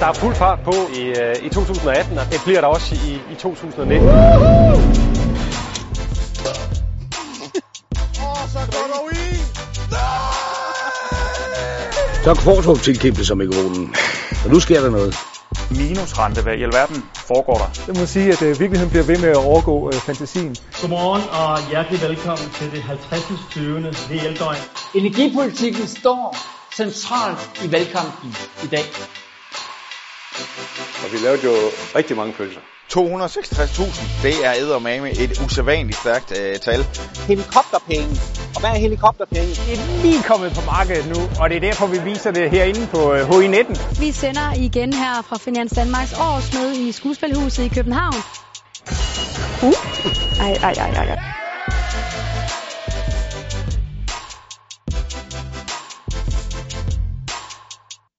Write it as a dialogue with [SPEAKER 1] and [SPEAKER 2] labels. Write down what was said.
[SPEAKER 1] Der er fuld fart på i, øh, i 2018, og det bliver der også i, i 2019.
[SPEAKER 2] Så Kvartrup tilkæmpede sig mikrofonen. Og nu sker der noget.
[SPEAKER 3] minusrente. Hvad i alverden foregår der?
[SPEAKER 4] Jeg må sige, at øh, virkeligheden bliver ved med at overgå øh, fantasien.
[SPEAKER 5] Godmorgen og hjertelig velkommen til det 50. 20. VL-døgn.
[SPEAKER 6] Energipolitikken står centralt i valgkampen i dag.
[SPEAKER 7] Og vi lavede jo rigtig mange pølser.
[SPEAKER 8] 266.000, det er eddermame et usædvanligt stærkt øh, tal.
[SPEAKER 9] helikopterpenge. Og hvad er helikopterpenge?
[SPEAKER 4] Det er lige kommet på markedet nu, og det er derfor, vi viser det herinde på øh, HI19.
[SPEAKER 10] Vi sender igen her fra Finans Danmarks årsmøde i Skuespilhuset i København. Uh. Ej, ej, ej, ej, ej.